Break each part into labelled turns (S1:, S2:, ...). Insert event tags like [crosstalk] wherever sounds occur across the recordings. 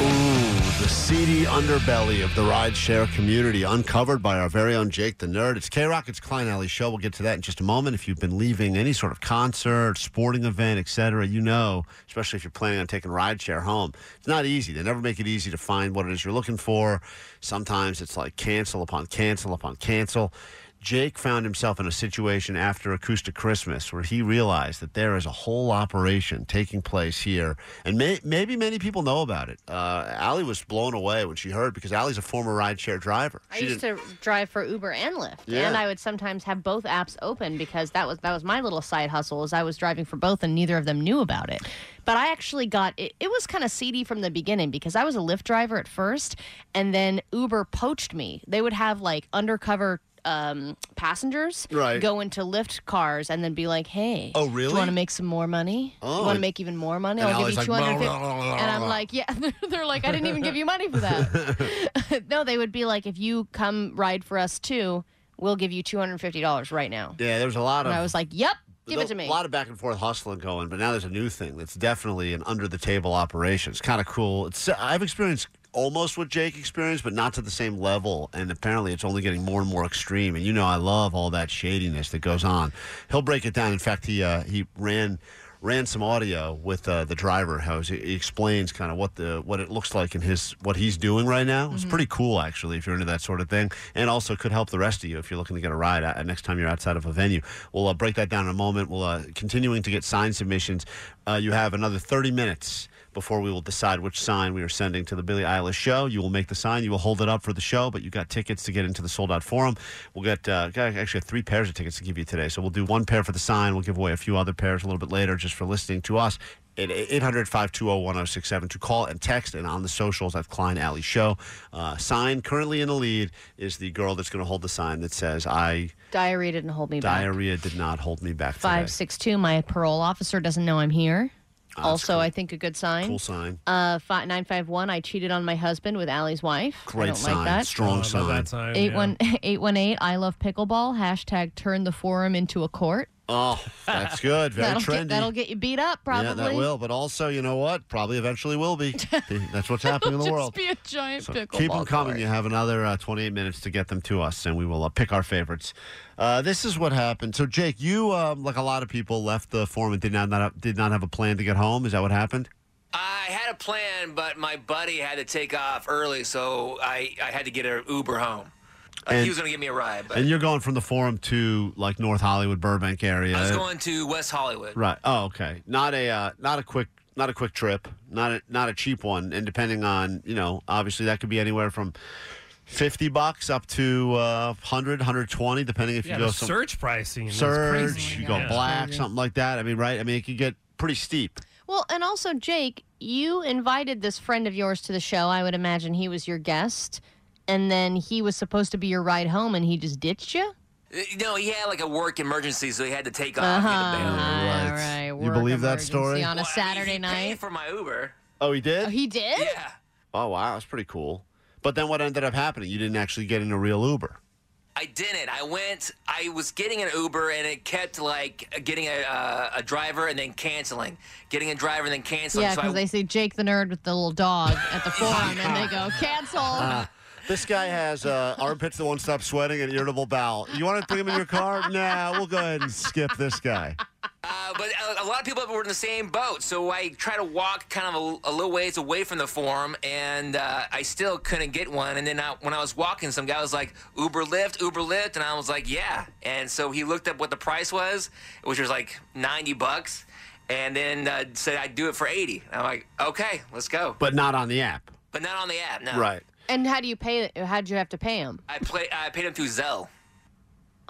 S1: Ooh, the seedy underbelly of the rideshare community, uncovered by our very own Jake the Nerd. It's K Rock, it's Klein Alley Show. We'll get to that in just a moment. If you've been leaving any sort of concert, sporting event, etc., you know, especially if you're planning on taking rideshare home, it's not easy. They never make it easy to find what it is you're looking for. Sometimes it's like cancel upon cancel upon cancel. Jake found himself in a situation after Acoustic Christmas where he realized that there is a whole operation taking place here, and may, maybe many people know about it. Uh, Allie was blown away when she heard because Allie's a former rideshare driver.
S2: I
S1: She
S2: used
S1: didn't-
S2: to drive for Uber and Lyft,
S1: Yeah.
S2: and I would sometimes have both apps open because that was that was my little side hustle. Is I was driving for both, and neither of them knew about it. But I actually got it. It was kind of seedy from the beginning because I was a Lyft driver at first, and then Uber poached me. They would have like undercover. Um, passengers
S1: Right.
S2: go into Lyft cars and then be like, "Hey,
S1: Oh,
S2: Do
S1: really?
S2: you want to make some more money?
S1: Oh,
S2: you want
S1: and-
S2: to make even more money?
S1: and
S2: I'll give
S1: Allie's
S2: you
S1: like,
S2: 250
S1: blah, blah, blah, blah,
S2: And I'm
S1: blah.
S2: like, "Yeah." [laughs] They're like, "I didn't even give you money for that." no, they would be like, if you come ride for us too, we'll give you two hundred fifty dollars right now.
S1: Yeah, there was a lot of.
S2: And I was like, yep, give
S1: There's
S2: it to me.
S1: A lot of back and forth hustling going, but now there's a new thing that's definitely an under the table operation. It's kind of cool. It's I've experienced almost what Jake experienced, but not to the same level. And apparently, it's only getting more and more extreme. And you know, I love all that shadiness that goes on. He'll break it down. In fact, he uh, he ran. Ran some audio with uh, the driver. How he he explains kind of what the what it looks like in his what he's doing right now. It's pretty cool actually if you're into that sort of thing, and also could help the rest of you if you're looking to get a ride uh, next time you're outside of a venue. We'll uh, break that down in a moment. We'll uh, continuing to get sign submissions. Uh, you have another 30 minutes before we will decide which sign we are sending to the Billie Eilish show. You will make the sign. You will hold it up for the show, but you got tickets to get into the sold out forum. We'll get uh, got actually three pairs of tickets to give you today. So we'll do one pair for the sign. We'll give away a few other pairs a little bit later just for listening to us. At 800 520 1067 to call and text and on the socials at Klein Alley Show. Uh, sign currently in the lead is the girl that's going to hold the sign that says, I
S2: Diarrhea didn't hold me back.
S1: diarrhea did not hold me back.
S2: Five
S1: today.
S2: six two. My parole officer doesn't know I'm here. also, I think a good sign.
S1: Cool sign.
S2: Uh, fi nine five one. I cheated on my husband with Allie's wife. I
S1: Great
S2: don't
S1: sign.
S2: like that.
S1: Strong
S3: Oh,
S4: About
S1: sign.
S4: that time,
S2: Eight
S4: yeah.
S2: one [laughs] eight one eight. I love pickleball. Hashtag turn the forum into a court.
S1: Oh, that's
S2: [laughs]
S1: good. Very
S2: that'll
S1: trendy.
S2: get that'll get you beat up probably.
S1: Yeah, that will. But also, you know what? Probably eventually will
S2: [laughs]
S1: be. That's what's happening in the
S2: Just
S1: world.
S2: be a giant
S1: So
S2: pickleball
S1: keep them coming.
S2: court.
S1: You have another uh, 28 minutes to get them to us, and we will uh, pick our favorites. Uh, this is what happened. So, Jake, you, um, like a lot of people, left the forum and did not, not did not have a plan to get home. Is that what happened?
S5: I had a plan, but my buddy had to take off early, so I, I had to get an Uber home. Like,
S1: And-
S5: he was going to give me a ride, but
S1: And you're going from the forum to like North Hollywood, Burbank area.
S5: I was going to West Hollywood.
S1: Right. Oh, okay. Not a uh, not a quick not a quick trip. Not a not a cheap one. And depending on you know, obviously that could be anywhere from fifty bucks up to uh, 100, 120, depending if
S4: Yeah,
S1: you go
S4: the
S1: some
S4: surge pricing. is
S1: surge,
S4: crazy.
S1: you go
S4: Yeah.
S1: black, something like that. I mean, right? I mean, it could get pretty steep.
S2: Well, and also, Jake, you invited this friend of yours to the show. I would imagine he was your guest. And then he was supposed to be your ride home and he just ditched you?
S5: Uh, No, he had like a work emergency, so he had to take off. He had to bail.
S2: Uh-huh.
S1: right.
S2: All right.
S1: You
S2: work
S1: believe that
S2: emergency
S1: story?
S2: On a
S5: Well, I mean,
S2: Saturday
S5: he paid
S2: night.
S5: for my Uber.
S1: Oh, he did.
S2: Oh, he did?
S5: Yeah.
S1: oh, wow, that's pretty cool. But then what ended up happening? You didn't actually get in a real Uber.
S5: I didn't. I went. I was getting an Uber, and it kept like getting a, uh, a driver and then canceling, getting a driver and then canceling.
S2: Yeah,
S5: so
S2: because
S5: I, [laughs]
S1: Uh.
S2: they see Jake the nerd with the little dog at the forum and they go, cancel.
S1: This guy has [laughs] uh, armpits that won't stop sweating and irritable bowel. You want to bring him in your car? Nah, we'll go ahead and skip this guy.
S5: Uh, but a, a lot of people were in the same boat, so I tried to walk kind of a, a little ways away from the forum, and uh, I still couldn't get one. And then I, when I was walking, some guy was like, "Uber Lyft, Uber Lyft," and I was like, "Yeah." And so he looked up what the price was, which was like ninety bucks, and then uh, said I'd do it for eighty. And I'm like, "Okay, let's go,"
S1: But not on the app.
S5: but not on the app. No,
S1: Right.
S2: And how do you pay? How'd you have to pay him?
S5: I play. I paid him through Zelle.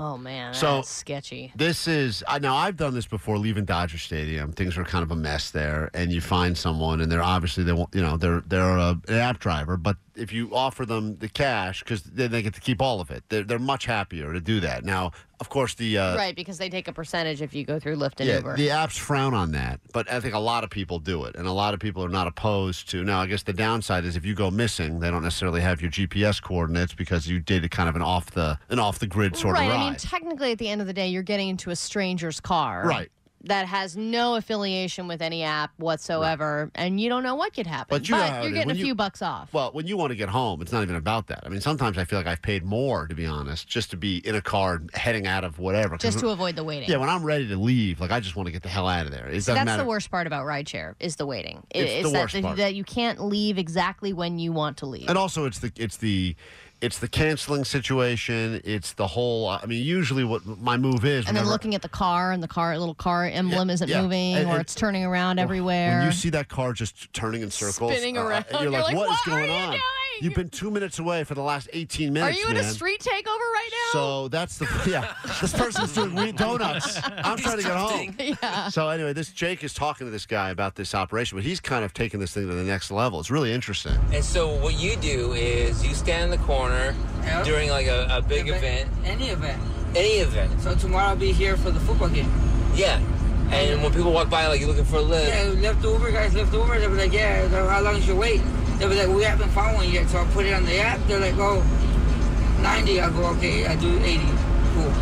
S2: Oh man, that's
S1: So-
S2: sketchy.
S1: This is I now I've done this before leaving Dodger Stadium. Things were kind of a mess there, and you find someone, and they're obviously they won't, you know they're they're a, an app driver, but if you offer them the cash because then they get to keep all of it, they're, they're much happier to do that. Now, of course, the uh,
S2: right, because they take a percentage if you go through Lyft and
S1: yeah
S2: Uber.
S1: the apps frown on that, but I think a lot of people do it, and a lot of people are not opposed to. Now, I guess the downside is if you go missing, they don't necessarily have your GPS coordinates because you did a kind of an off the an off the grid sort
S2: right.
S1: of ride.
S2: I mean, technically, at the end of the day, you're getting into a stranger's car.
S1: Right.
S2: That has no affiliation with any app whatsoever, and you don't know what could happen.
S1: But you know how it
S2: are
S1: is.
S2: getting
S1: When
S2: a
S1: you-
S2: few bucks off.
S1: Well, when you want to get home, it's not even about that. I mean, sometimes I feel like I've paid more, to be honest, just to be in a car and heading out of whatever. 'Cause
S2: just to
S1: when-
S2: avoid the waiting.
S1: mm-hmm. yeah, when I'm ready to leave, like I just want to get the hell out of there. It doesn't
S2: That's
S1: matter.
S2: the worst part about rideshare is the waiting. It-
S1: It's the
S2: that,
S1: worst part.
S2: that you can't leave exactly when you want to leave.
S1: And also, it's the it's the it's the canceling situation. It's the whole. I mean, usually what my move is.
S2: And then
S1: whenever-
S2: looking at the car and the car little car emblem isn't
S1: yeah.
S2: moving
S1: And-
S2: or
S1: and-
S2: it's turning around everywhere.
S1: When you see that car just turning in circles,
S2: Spinning around.
S1: and you're,
S2: You're
S1: like,
S2: like,
S1: what is
S2: "What are
S1: going
S2: you
S1: on?
S2: doing?"
S1: You've been two minutes away for the last 18
S2: Are
S1: minutes.
S2: you in a
S1: man.
S2: street takeover right now?
S1: So that's the [laughs] yeah. This person's doing wheat donuts. I'm trying to get home.
S2: [laughs]
S1: So anyway, this Jake is talking to this guy about this operation, but he's kind of taking this thing to the next level. It's really interesting.
S5: And so what you do is you stand in the corner
S4: Yeah.
S5: during like a, a big event,
S4: Any event.
S5: any event.
S4: So tomorrow I'll be here for the football game.
S5: Yeah. And when people walk by, like you're looking for a lift.
S4: Yeah, left over guys left over. They'll be like, yeah. they're like, How long is your wait? They'll be like, we haven't found one yet. So I put it on the app. They're like, oh, 90. I go, okay, I do 80. Cool.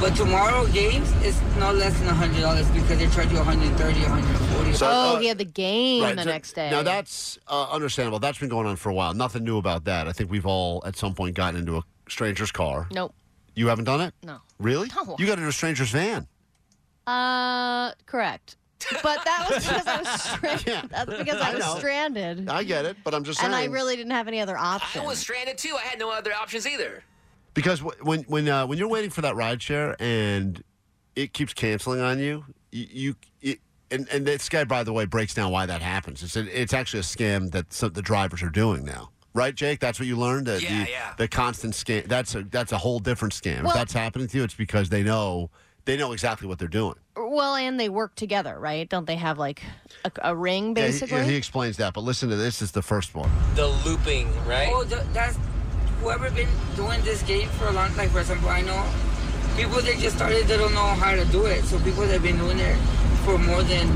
S4: But tomorrow games is no less than hundred dollars because they charge you 130, 140.
S1: So-
S2: oh,
S1: uh,
S2: yeah, the game
S1: Right,
S2: the
S1: so-
S2: next day.
S1: Now that's uh, understandable. That's been going on for a while. Nothing new about that. I think we've all at some point gotten into a stranger's car.
S2: Nope.
S1: You haven't done it?
S2: No.
S1: Really?
S2: No.
S1: You got into a stranger's van.
S2: Uh, correct. But that
S1: [laughs]
S2: was because I was stranded.
S1: Yeah.
S2: That's because
S1: I
S2: I was
S1: know.
S2: stranded.
S1: I get it, but I'm just saying.
S2: and I really didn't have any other option.
S5: I was stranded too. I had no other options either.
S1: Because wh- when when uh, when you're waiting for that ride share and it keeps canceling on you, you, you it, and and this guy by the way breaks down why that happens. It's an, it's actually a scam that some, the drivers are doing now. Right, Jake? That's what you learned. That
S5: Yeah,
S1: the,
S5: yeah.
S1: the constant scam. That's a that's a whole different scam. if
S2: Well-
S1: that's happening to you, it's because they know they know exactly what they're doing.
S2: well, and they work together, right? Don't they have like a, a ring,
S1: Yeah, he-
S2: basically?
S1: yeah, he explains that. But listen to this. This is the first one.
S5: The looping, right?
S4: Oh, th- that's whoever been doing this game for a long. Like for example, I know people that just started they don't know how to do it. So people that've been doing it for more than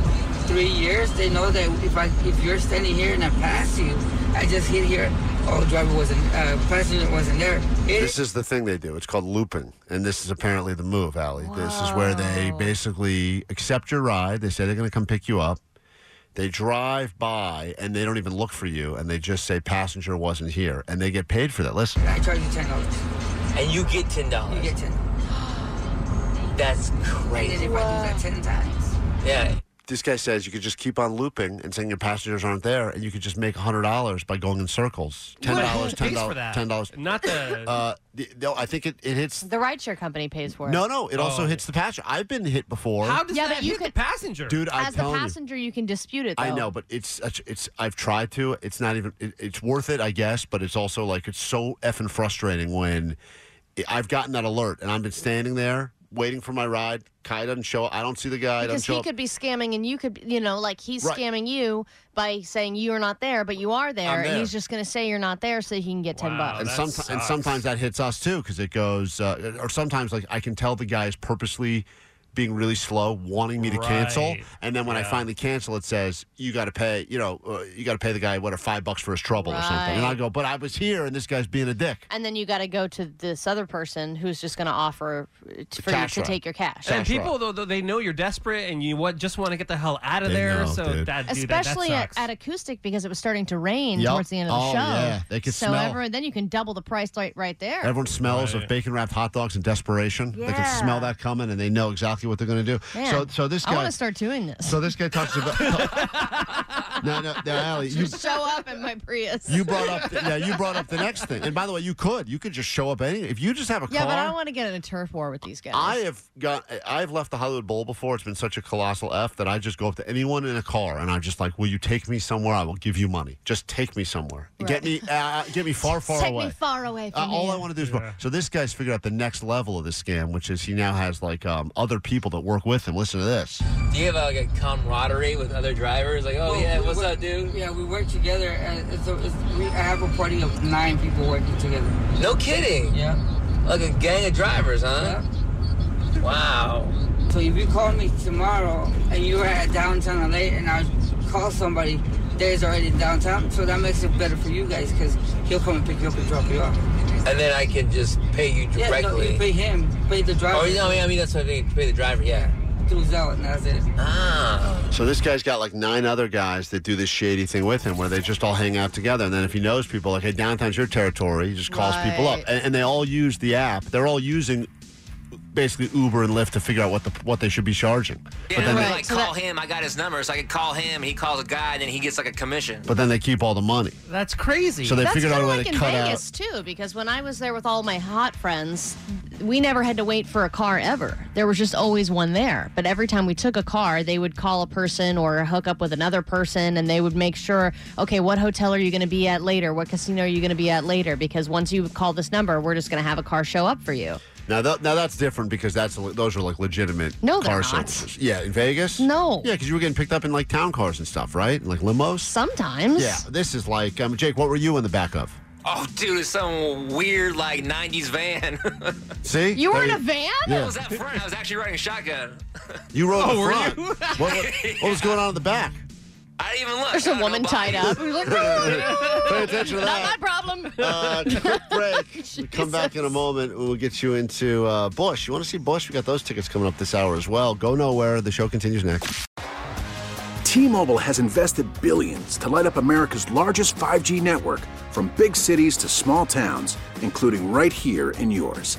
S4: three years, they know that if I if you're standing here and I pass you, I just hit here. Oh, driver wasn't uh, passenger wasn't there. It
S1: This is the thing they do. It's called looping, and this is apparently the move, Allie. This is where they basically accept your ride. They say they're going to come pick you up. They drive by and they don't even look for you, and they just say passenger wasn't here, and they get paid for that. Listen,
S4: I charge you ten dollars.
S5: and you get ten
S4: You
S5: dollars.
S4: get ten.
S5: That's
S4: And then
S5: crazy.
S4: if I do that ten times.
S5: Yeah.
S1: this guy says you could just keep on looping and saying your passengers aren't there, and you could just make hundred dollars by going in circles. Ten dollars, ten
S3: Pays for
S1: dollars,
S3: that.
S1: ten dollars.
S3: Not the.
S1: Uh, the- no, I think it, it hits.
S2: the rideshare company pays for it.
S1: No, no, it also
S3: Oh.
S1: hits the passenger. I've been hit before,
S3: how does
S2: Yeah,
S3: that
S2: but you
S3: hit the
S2: could-
S3: passenger?
S1: dude. I'm
S2: As the
S1: telling you.
S2: passenger, you can dispute it. Though.
S1: I know, but it's such- it's I've tried to. It's not even. It, it's worth it, I guess. But it's also like it's so effing frustrating when I- I've gotten that alert and I've been standing there waiting for my ride. Kai doesn't show. up. I don't see the guy.
S2: Because
S1: doesn't show
S2: he
S1: up.
S2: could be scamming, and you could, be- you know, like he's
S1: Right.
S2: scamming you by saying you are not there, but you are
S1: there.
S2: there, and he's just going to say you're not there so he can get ten
S3: Wow,
S2: bucks.
S1: and,
S3: Oh, that
S1: someti- and
S3: sucks.
S1: sometimes that hits us too because it goes, uh, or sometimes like I can tell the guy is purposely being really slow, wanting me to cancel,
S3: Right.
S1: and then when I
S3: Yeah.
S1: finally cancel, it says you got to pay. You know, uh, you got to pay the guy what a five bucks for his trouble or something. And
S2: Right.
S1: I go, but I was here, and this guy's being a dick.
S2: and then you got to go to this other person who's just going to offer uh, t- for you
S1: cash
S2: to
S1: right.
S2: take your cash.
S3: And
S1: That's right.
S3: people, though, though, they know you're desperate and you what, just want to get the hell out of
S1: They
S3: there.
S1: know,
S3: so
S1: dude.
S3: that, dude, that, that
S2: Especially at,
S3: sucks.
S2: at acoustic because it was starting to rain
S1: Yup.
S2: towards the end of the
S1: Oh,
S2: show.
S1: yeah. They could
S2: so
S1: smell.
S2: everyone- then you can double the price right right there.
S1: Everyone smells of
S3: Right.
S1: bacon wrapped hot dogs in desperation. They can
S2: Yeah.
S1: smell that coming, and they know exactly what they're going to do.
S2: Man,
S1: So, so this
S2: I want
S1: guy.
S2: to start doing this.
S1: So this guy talks about. [laughs]
S2: [laughs]
S1: no, no, no, Allie, you,
S2: Just [laughs] show up in my Prius.
S1: you brought up. Yeah, you brought up the next thing. And by the way, you could. You could just show up any. If you just have a
S2: yeah,
S1: car.
S2: but I don't want to get in a turf war with these guys.
S1: I have got. I've left the Hollywood Bowl before. It's been such a colossal f that I just go up to anyone in a car and I'm just like, "Will you take me somewhere? I will give you money. Just take me somewhere. Get me, uh, get me far, far
S2: Take
S1: away.
S2: me far away
S1: Uh,
S2: from
S1: all
S2: you.
S1: I want to do is so. This guy's figured out the next level of the scam, which is he now has like um, other people that work with him. Listen to this.
S6: Do you have like a camaraderie with other drivers? Like, oh
S4: Well,
S6: yeah,
S4: we
S6: what's
S4: work-
S6: up, dude?
S4: Yeah, we work together. And it's a, it's, we, I have a party of nine people working together.
S6: No kidding.
S4: Yeah.
S6: Like a gang of drivers, huh?
S4: yeah.
S6: Wow.
S4: So if you call me tomorrow and you were at downtown LA and I call somebody that is already in downtown, so that makes it better for you guys because he'll come and pick you up and drop you off.
S6: And then I can just pay you
S4: Yeah, no,
S6: directly.
S4: you pay him, pay the driver.
S6: oh, you know, I mean, I mean, that's what I mean. Pay the driver. Yeah.
S4: Through Zelle, and that's it.
S6: Ah.
S1: So this guy's got like nine other guys that do this shady thing with him, where they just all hang out together. And then if he knows people, like, "Hey, downtown's your territory," he just calls people up,
S2: Right.
S1: and, and they all use the app. They're all using basically Uber and Lyft to figure out what the what they should be charging.
S5: Yeah,
S1: But then,
S5: I
S1: they,
S5: like
S2: so
S5: call him. I got his number, so I could call him. He calls a guy, and then he gets like a commission.
S1: but then they keep all the money.
S3: That's crazy.
S1: So they
S2: That's
S1: figured out
S2: kinda
S1: a way
S2: like
S1: to
S2: in
S1: cut
S2: Vegas too, because when I was there with all my hot friends, we never had to wait for a car ever. There was just always one there. But every time we took a car, they would call a person or hook up with another person, and they would make sure, okay, what hotel are you going to be at later? What casino are you going to be at later? Because once you call this number, we're just going to have a car show up for you.
S1: out. Now, th- now that's different because that's those are like legitimate
S2: No,
S1: car
S2: they're not.
S1: services. Yeah, in Vegas.
S2: No.
S1: Yeah, because you were getting picked up in like town cars and stuff, right? Like limos.
S2: Sometimes,
S1: Yeah, this is like um, Jake. What were you in the back of?
S5: Oh, dude, it's some weird like '90s van. [laughs]
S1: See,
S2: you were in
S1: There
S2: a van.
S5: I
S1: Yeah.
S5: was at front. I was actually riding shotgun.
S1: You rode
S3: Oh,
S1: the
S3: were
S1: front.
S3: you?
S1: what, what- what was going on in the back?
S5: I didn't even look.
S2: There's
S5: I
S2: a
S5: don't know
S2: woman
S5: why.
S2: tied
S1: [laughs]
S2: up. We were like,
S1: Pay attention to
S2: not my
S1: that. [laughs]
S2: problem.
S1: Uh, quick
S2: [laughs]
S1: break. We come back in a moment. We'll get you into uh, Bush. You want to see Bush? We got those tickets coming up this hour as well. Go nowhere. The show continues next.
S7: T-Mobile has invested billions to light up America's largest 5G network from big cities to small towns, including right here in yours.